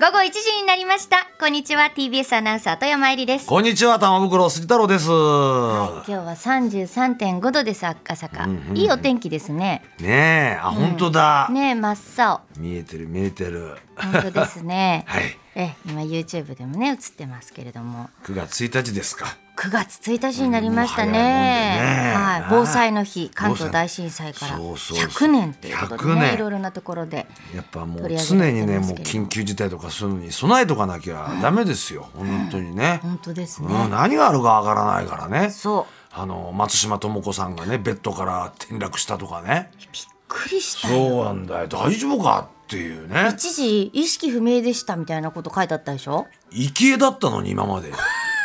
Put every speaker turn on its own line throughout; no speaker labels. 午後1時になりましたこんにちは TBS アナウンサー富山えりです
こんにちは玉袋杉太郎です、
今日は33.5度です赤坂、
うんうんうん
いいお天気ですね
ねえあ、本当だ、
ねえ真っ青
見えてる見えてる
本当ですね
はい
え今 YouTube でもね映ってますけれども
9月1日ですか
9月1日になりましたね
もう早いもんでね
はい
ね、
防災の日関東大震災から
そうそうそう
100年ということで
100
ね
年
いろいろなところで
やっぱもう
取り
常
上げられ
に
て
ね
ます
もう
けれど
緊急事態とかそういうのに備えとかなきゃダメですよ、本当にね、
本当ですね、
うん、何があるかわからないからね
そう
あの松島智子さんがねベッドから転落したとかね
びっくりしたよ
そうなんだよ大丈夫かっていうね
一時意識不明でしたみたいなこと書いてあったでしょ
生きだったのに今 まで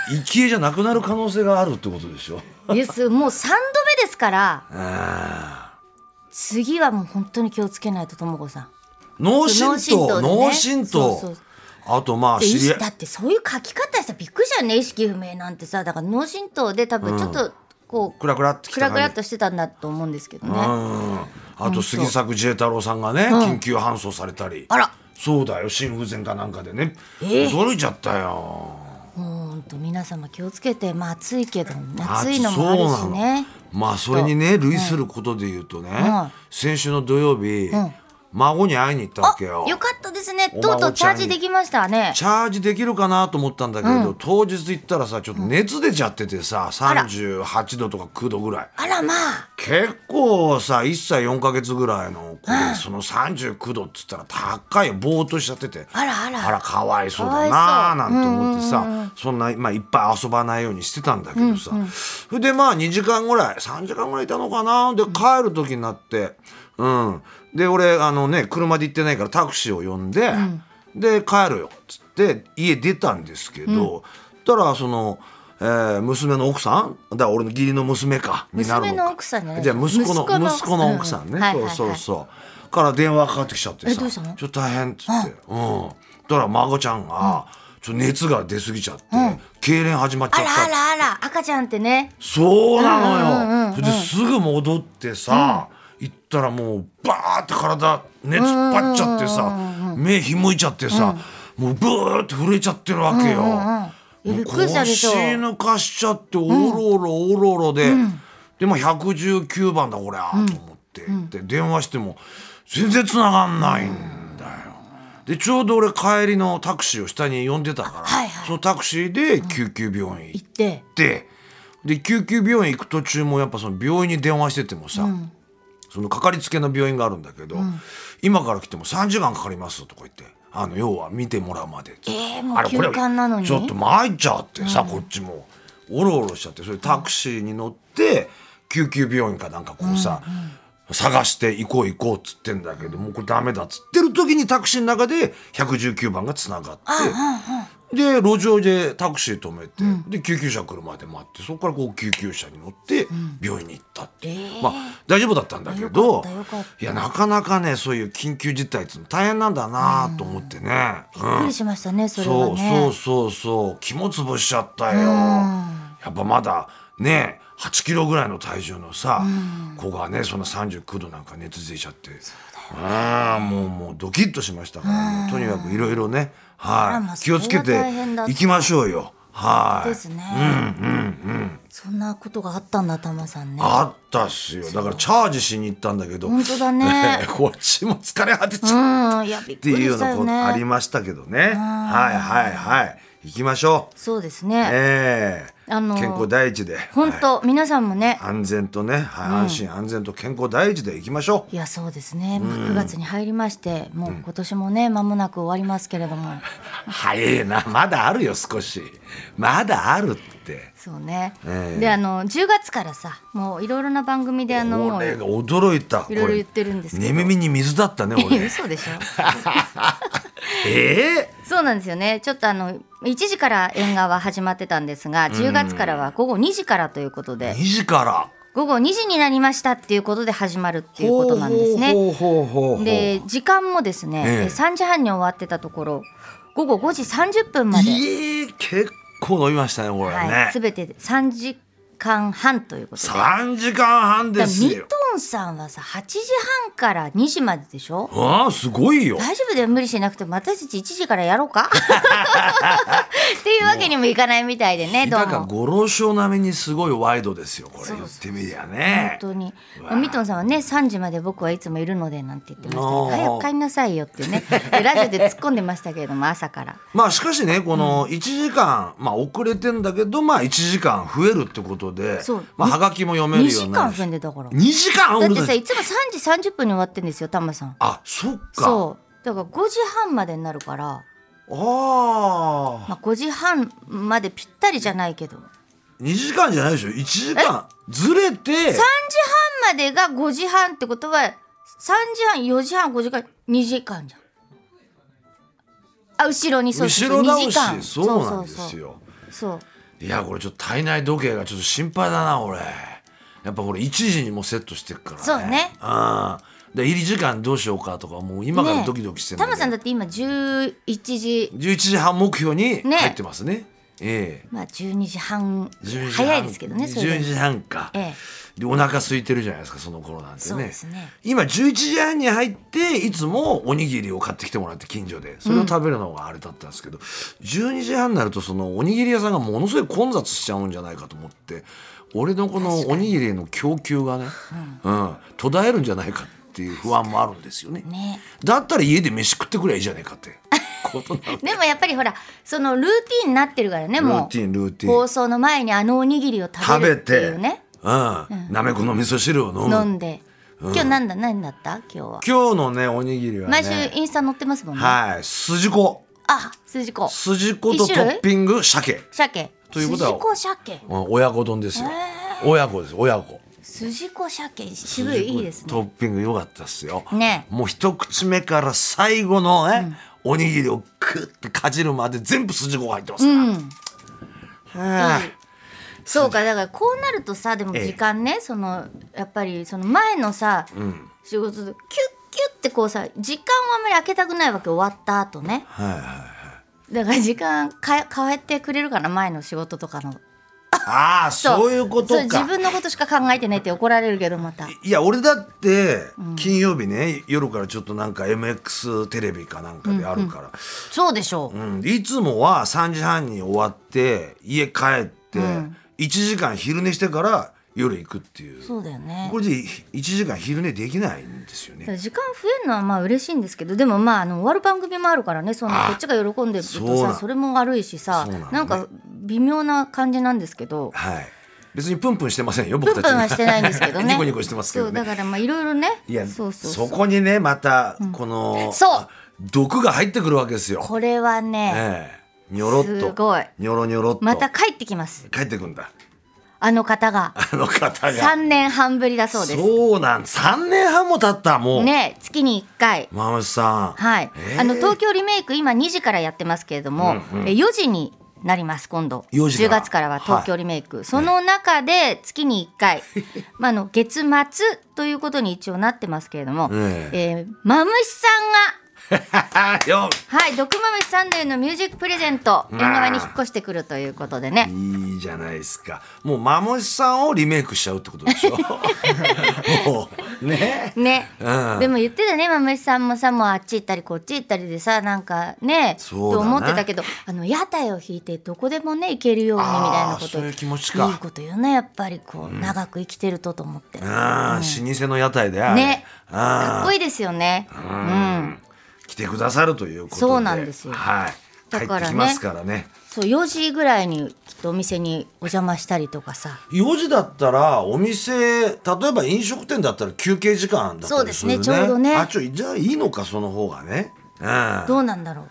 生きじゃなくなる可能性があるってことでしょ
いやすもう3度目ですから
うん
次はもう本当に気をつけないとともこさん
脳震
そう脳
盪脳
震盪
震
でね
盪、
そうそう
あとまあ
で意
知り合
識
い
だってそういう書き方さびっくりしたよね意識不明なんてさだから脳震盪で多分ちょっとこう、
クラクラってき
ク
た
ラクラっ
感じ
としてたんだと思うんですけどね、
うんあと杉作自衛太郎さんがね緊急搬送されたり
あら
そうだよ心不全かなんかでね
ええ
驚いちゃったよ
もうほんと皆様気をつけてまあ暑いけど
あ
暑いのもあるし
そうなの
ね
まあそれにね類することで言うとね
ん
先週の土曜日
ん
孫に会いに行ったわ
あ
けよ
よかったですねと
お
うとう
孫
チ
ちゃ
ャー
んに
ジできましたね
チャージできるかなと思ったんだけど当日行ったらさちょっと熱出ちゃっててさ
ら
38度とか9度ぐらい
あらまあ
結構さ1歳4ヶ月ぐらいの子でその39度っつったら高いよぼーっとしちゃってて
あらあら
あらかわいそうだ
かわい
な
そう
あなんて思ってさそんな、まあ、いっぱい遊ばないようにしてたんだけどさそれでまあ2時間ぐらい3時間ぐらいいたのかなで帰る時になってうんで俺あのね車で行ってないからタクシーを呼んで、で帰るよっつって家出たんですけど、そしたらその。えー娘の奥さんだから俺の義理の娘かになるのか
娘の奥さんじゃない
じゃあ息子の
息子の
息子の奥さんね、
うんはいはいはい
そうそうそうから電話かかってきちゃって
え
さ
どうしたの
ちょっと大変っつってうんだから孫ちゃんが、ちょっと熱が出すぎちゃって、痙攣始まっちゃ
あ
っ
ら
たっつ
あ
って
らあら赤ちゃんってね
そうな
うんうんうんうん
のよそれですぐ戻ってさ、行ったらもうバーって体熱突っ張っちゃってさ目ひむいちゃってさ、もうブーって震えちゃってるわけよ。
うんうんいや
も
び
う
っくりしたでしょ
腰抜かしちゃっておろおろおろおろで、でも119番だこりゃと思って、で電話しても全然繋がんないんだよ。でちょうど俺帰りのタクシーを下に呼んでたから、
はいはい
そのタクシーで救急病院行って
行って
ってで救急病院行く途中もやっぱその病院に電話しててもさ、そのかかりつけの病院があるんだけど、今から来ても3時間かかりますとか言ってあの要は見てもらうまで、
えーもう
あれこれ
急患なのに
ちょっと参っちゃってさ、こっちもおろおろしちゃってそれタクシーに乗って救急病院かなんかこうさ、探して行こう行こうっつってんだけどもうこれダメだっつってる時にタクシーの中で119番がつながって。で路上でタクシー止めて、で救急車来るまで待ってそこからこう救急車に乗って病院に行ったって、まあ大丈夫だったんだけ
よかっ
ど
たよかった
いやなかなかねそういう緊急事態っていうの大変なんだなと思ってね、うん
びっくりしましたねそれは
そう
ね
そうそうそう肝潰しちゃったよ、やっぱまだね8キロぐらいの体重のさ、子がねそんな39度なんか熱出ちゃってああもうもうドキッとしましたから、もうとにかくいろいろね
あらまあ
はい気をつけ
それ
て
は大変だった
いきましょうよはい
ですね、そんなことがあったんだ玉さんね
あったっすよだからチャージしに行ったんだけど
本当だね
こっちも疲れ果てちゃっ
うんいやびっく
て
り
いうよ
し
う
た
な
よ
こと
ね
ありましたけどねはいはいはい行きましょう
そうですね
ええ
あのー
健康第一で
本
はい
当、皆さんもね
安全とね、はい安心安全と健康第一でいきましょう
いやそうですね、まあ、9月に入りましてもう今年もね間もなく終わりますけれども、
早いなまだあるよ少しまだあるって
そうね、
ええ
であの10月からさもういろいろな番組であのもう
俺が驚いた
いろいろ言ってるんですけど
これ寝耳に水だったね 俺
嘘でしょ
ええ
そうなんですよねちょっとあの1時から縁側始まってたんですが10月からは午後2時からということで
2時から
午後2時になりましたっていうことで始まるっていうことなんですね。
ほうほうほうほうほう
で時間もですね、
ええ
え3時半に終わってたところ午後5時30分まで、
いえ結構飲みましたねこれね、
はい、全てで3時間半ということで。
3時間
だ
半で
から
す
2
よ
トンさんはさ8時半から2時まででしょ
ああすごいよ
大丈夫だよ無理しなくても私たち1時からやろうか っていうわけにもいかないみたいでねどう
だから
も
五郎賞並みにすごいワイドですよこれ言ってみりゃね
本当に
うわ
まあミトンさんはね3時まで僕はいつもいるのでなんて言ってましたけど
あー
早く帰りなさいよってねラジオで突っ込んでましたけれど も朝から
まあしかしねこの1時間、まあ遅れてんだけどまあ1時間増えるってことで
そう
まあはがきも読め
2
るよう
時
にな
間
るし
増えんでだから
2時
だっ
間俺
て
た
さ
ち
いつも3時30分に終わってんですよタマさん
あそっか
そうだから5時半までになるから、
ああ
まあ、5時半までぴったりじゃないけど3時
2時間じゃないでしょ1時間ずれて
半までが5時半ってことは3時半4時半5時間2時間じゃんあ後ろにそう
後
そう
ろ倒
2時間
しそうなんですよ
そうそうそう
いやこれちょっと体内時計がちょっと心配だな俺やっぱこれ1時にもうセットしてるからね
そうね
うんで入り時間どうしようかとかもう今からドキドキしてる
タマさんだって今11時
11時半目標に
ね
入ってますねええ
まあ12時半
12時半
早いですけどねそれで
12時半か、
え
でお腹空いてるじゃないですかその頃なんてね
そうですね
今11時半に入っていつもおにぎりを買ってきてもらって近所でそれを食べるのがあれだったんですけど、12時半になるとそのおにぎり屋さんがものすごい混雑しちゃうんじゃないかと思って俺のこのおにぎりの供給がね、うん途絶えるんじゃないかっていう不安もあるんですよね。
ね
だったら家で飯食ってくりゃいいじゃないかってことなの
でもやっぱりほらそのルーティンになってるからね
ル
もう
ーティンルーティン
放送の前にあのおにぎりを食
食
べ
べ
るってい
て
うね
うん、なめこの味噌汁を飲む
飲んで、今日なんだ何だった今日は
今日のねおにぎりはね
毎週インスタ載ってますもんね、
はい筋子
あ筋子
筋子と
一
ト
種類
ッピング鮭、
鮭
ということは
筋子鮭
うん、親子丼ですよ親子です親子
筋子鮭渋いいいですね
トッピング良かったっすよ
ね
もう一口目から最後のね、おにぎりをクッてかじるまで全部筋子が入ってますから、
うん
はい
いそうかだからこうなるとさでも時間ね、そのやっぱりその前のさ、仕事でキュッキュッってこうさ時間をあんまり開けたくないわけ終わった後ね
はいはい
だから時間かえ変えてくれるかな前の仕事とかの
ああそういうこと
そう自
か
分のことしか考えてねって怒られるけどまた
いや俺だって金曜日ね、夜からちょっとなんか MX テレビかなんかであるから、
そうでしょう、
うん、いつもは3時半に終わって家帰って1時間昼寝してから夜行くっていう、
そうだよね
これで1時間昼寝できないんですよ
だから
ね。
時間増えるのはまあ嬉しいんですけどでもまああの終わる番組もあるからねその
あ
こっちが喜んでるとさ
そうなん
それも悪いしさ
そうな
な,、
のね
んか微妙な感じなんですけど
はい、別にプンプンしてませんよ
プ
僕
ン
たち
プンはしてないんですけどね
ニコニコしてますけど
そうだ
ね。
からまあいろいろね
いや
そ
そう
そうそう
こにねまたこの、
そう
毒が入ってくるわけですよ。
これはね
ええ、にょろっと
すごい
にょろにょろっと
また帰ってきます
帰ってくんだ
あの方が
あの方が。
3年半ぶりだそうです
そうなん3年半も経ったもう。
ね月に1回
マムシさん。
はい、
えー
あの東京リメイク今2時からやってますけれども、え4時になります今度
4時か
10
ら
月からは東京リメイク、その中で月に1回、 まあ、あの月末ということに一応なってますけれども、
ええ
えーマムシさん が
よ
はい毒マムシさんでのミュージックプレゼント縁側に引っ越してくるということでね
いいじゃないですか。もうマムシさんをリメイクしちゃうってこと でしょ。もうね。
ね、
うん
でも言ってたねマムシさんもさもうあっち行ったりこっち行ったりでさなんかね
そう
と
だな
思ってたけどあの屋台を引いてどこでもね行けるようにみたいな
あ
こ
あ
と
そういう気持ち
いい
か。
こと言うなやっぱりこう、長く生きてるとと思って、か
ああ、老舗の屋台であれ
ねっ
あ
こ
あ
いいですよねうん
来てくださるということで。
そうなんですよ
はい。帰っ
だ
て
からね
きますからね。
そう4時ぐらいにきっとお店にお邪魔したりとかさ
4時だったらお店例えば飲食店だったら休憩時間だったりするね。
そうですねちょうどね
あちょじゃあいいのかその方がね。うん。
どうなんだろう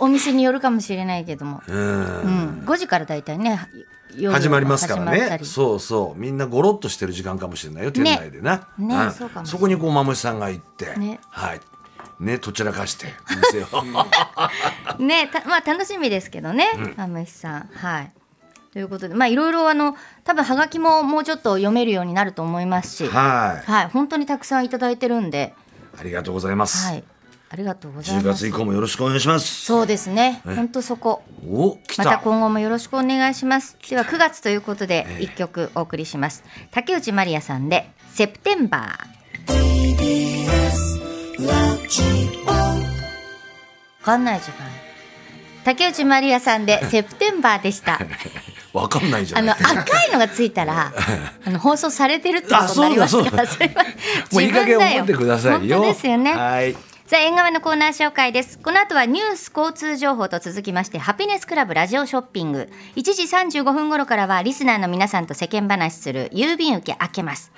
お店によるかもしれないけども、
うん
うん、5時からだいたいね夜
始まりますから
始まった
ね
り
そうそうみんなゴロッとしてる時間かもしれないよ店内でな、
ね
ん
ねそうかもしれない
こにこうマムシさんが行って、
ね
はいねとちらかして 店を
ねたまあ楽しみですけどね、マムシさんはいということでまあいろいろあの多分はがきももうちょっと読めるようになると思いますし
は
はい、本当にたくさんいただいてるんで
いありがとうございます、
はいありがとうござい
10
ます
月以降もよろしくお願いします
そうですね本当そこ
お来た
また今後もよろしくお願いしますでは9月ということで一曲お送りします、竹内まりやさんでセプテンバーわかんない時間竹内まりやさん でセプテンバーでした
わかんないじゃ
あの
ない
赤いのがついたらあの放送されてるってことになりますから
あ
それは
もういい加減思ってくださいよ
本当ですよね
はい
さあ、縁側のコーナー紹介です。この後はニュース交通情報と続きまして、ハピネスクラブラジオショッピング。1時35分頃からは、リスナーの皆さんと世間話する郵便受け開けます。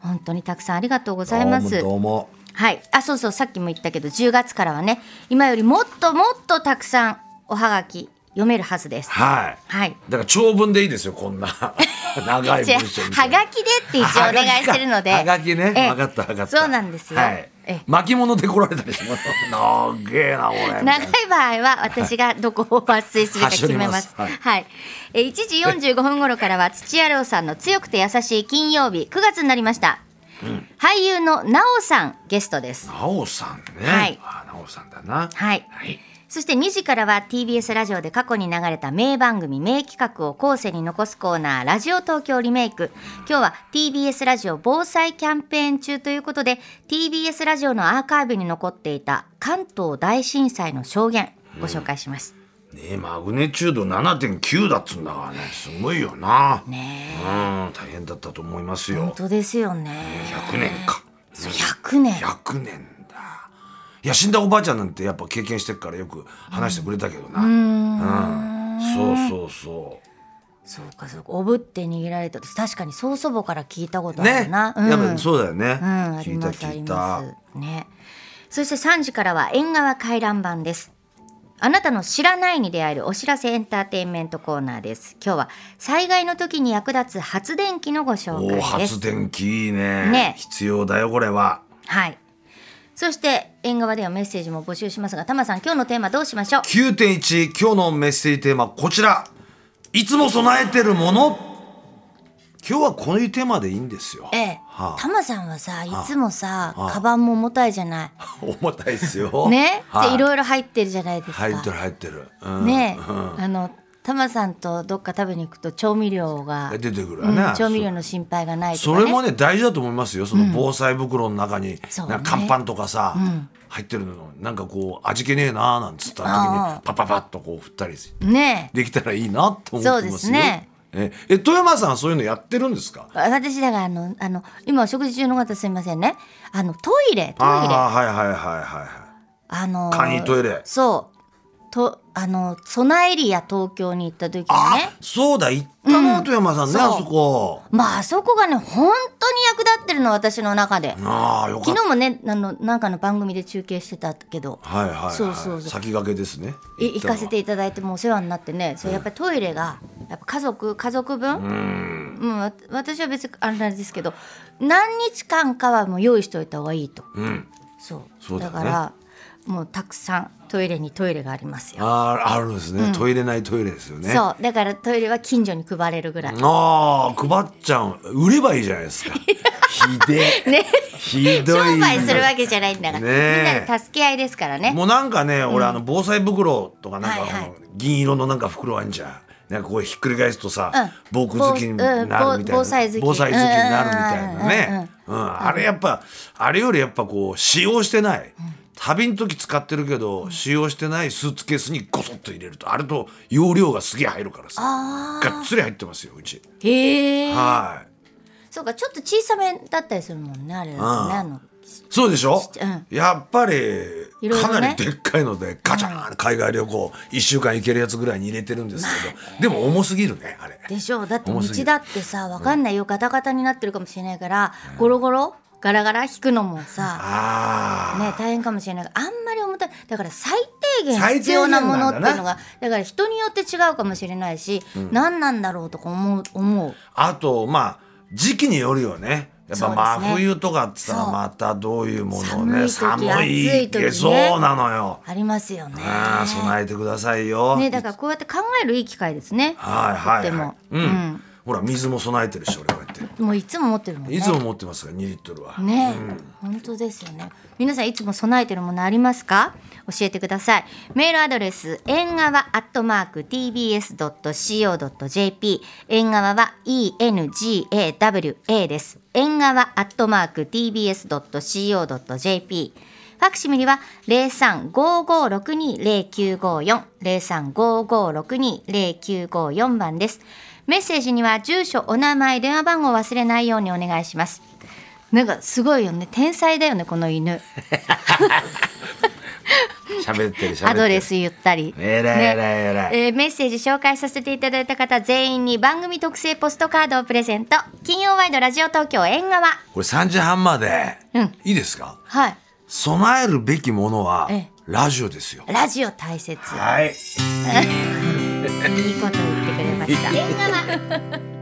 本当にたくさんありがとうございます。
どうも
はい。あ、そうそう、さっきも言ったけど、10月からはね、今よりもっともっとたくさんおはがき読めるはずです。
はい
はい。
だから長文でいいですよこ んな長い
じゃあ
文章みた
はい
な
がきでって一応お願いしてるので。
はがきね
ええ
分かった分かった
そうなんですよ。
はい
ええ
巻物で来られたりしますなげえな俺みた
長
いない
場合は私がどこを抜粋するか決めます。
は
はいい、えー1時45分頃からは土屋郎さんの強くて優しい金曜日9月になりました。俳優の奈緒さんゲストです。
なおさんね、
はい
あなおさんだな
はい。
はい
そして2時からは TBS ラジオで過去に流れた名番組名企画を後世に残すコーナーラジオ東京リメイク今日は TBS ラジオ防災キャンペーン中ということで TBS ラジオのアーカイブに残っていた関東大震災の証言ご紹介します、
ねマグネチュード7.9だっつうんだからねすごいよな
ね
うん大変だったと思います
本
よ
当ですよね
100年か
そう100年
100年だいや死んだおばあちゃんなんてやっぱ経験してるからよく話してくれたけどなうん、そうそうそ
そうかそうかおぶって逃げられたと確かに曽祖母から聞いたこと
う
あ
ね
るな、うん、
やっぱそうだよね、
うん、あ
聞
り
いた
ますあ
聞
り
いた
ますねそして3時からは縁側回覧版ですあなたの知らないに出会えるお知らせエンターテインメントコーナーです今日は災害の時に役立つ発電機のご紹
おお
介です
発電機いいね
ね
必要だよこれは
はいそして縁側ではメッセージも募集しますがタマさん今日のテーマどうしましょう
9.1今日のメッセージテーマこちらいつも備えてるもの今日はこういうテーマでいいんですよ
ええ
はあ
タマさんはさいつもさ、
あ
カバンも重たいじゃ ない
重たいです よ
ね、
はい
でいろいろ入ってるじゃないですか。
入ってる入ってる、うん
ね、
うん
あのタマさんとどっか食べに行くと調味料が、
出てく
う
るわね、
ん調味料の心配がないと
そ
か、ね、
れもね大事だと思いますよその防災袋の中に、
そうね
なんか乾パンとかさ、入ってるのなんかこう味気ねえなーなんつった時
あ
に
あ
パパパッとこう振ったりし
ね
できたらいいなと思ってますよ
そうですね
ええ富山さんはそういうのやってるんですか
私だからあのあの今お食事中の方すみませんねあのトイレトイレ
あ
あ
あはいはいはいはいは
の
簡易トイレ
そうとあの備えリア東京に行った時に
い、
ね
あそうだ行ったの、富山さんね
そう
あそこ
まああそこがね本当に役立ってるの私の中で
ああよかっ
昨
た
日もねあのなんかの番組で中継してたけど
はいはい、はい、
そうそうそう
先駆けですね
い行
ったの
か
は
せていただいてもうお世話になってねそうやっぱりトイレがやっぱ家族家族分、
うん
うんわ私は別にあれなんですけど何日間かはもう用意しておいた方がいいと
うん
そう
そうだ
だ
ね
からもうたくさんトイレにトイレがありますよ、
あーあるんですね、トイレないトイレですよね
そうだからトイレは近所に配れるぐらい、
ああ配っちゃう売ればいいじゃない ですかひでえ
ね
ひど
商
い
売するわけじゃないんだから、
ねえ
みんなで助け合いですからね
もうなんかね、俺あの防災袋とかなんか、
はいはい
あの銀色のなんか袋あんじゃんなんかこうひっくり返すとさ、
うん
防空好きになるみたいな、
防うん防防災好き
好きになるみたいなね、うんあれやっぱあれよりやっぱこう使用してない、旅の時使ってるけど使用してないスーツケースにゴソッと入れるとあれと容量がすげえ入るからさ
あ
がっつり入ってますようち、
へえ
はい
そうかちょっと小さめだったりするもんねあれだとねあの
そうでしょ、
うん
やっぱり
いろいろね
かなりでっかいのでガチャーン海外旅行1週間行けるやつぐらいに入れてるんですけど、でも重すぎるねあれ
でしょうだって
重
道
すぎる
だってさわかんないよガタガタになってるかもしれないから、ゴロゴロガラガラ引くのもさ
あ
ね
あ、
大変かもしれないがあんまり重たいだから最低
最
限必
低限
要なものっていう
なんだ
の
な
がだから人によって違うかもしれないし、何なんだろうとか思う思う
あとまあ時期によるよねやっ
そ
ぱ
う
真
ですね
冬とかっつったら
そう
またどういうものをね
寒い時暑い時
け
ね
そうなのよ、
ありますよね。
ああ備えてくださいよ、
ねだからこうやって考えるいい機会ですね。
はいはい
とって
は
も
い、うんほら水も備えてるし俺はこうやってって
もういつも持ってるもんね
いつも持ってますから2リットルは、
ねえ、本当ですよね皆さんいつも備えてるものありますか教えてくださいメールアドレス縁側アットマーク tbs.co.jp 縁側は engawa です縁側アットマーク tbs.co.jp ファクシミリは0355620954 0355620954番ですメッセージには住所お名前電話番号を忘れないようにお願いしますなんかすごいよね天才だよねこの犬
喋ってる喋ってる
アドレス言ったり
えらいえらいえらい
えーメッセージ紹介させていただいた方全員に番組特製ポストカードをプレゼント金曜ワイドラジオ東京縁側
これ3時半まで、
うん
いいですか
はい
備えるべきものは、
ええ
ラジオですよ
ラジオ大切
はい
い いことを言ってくれました。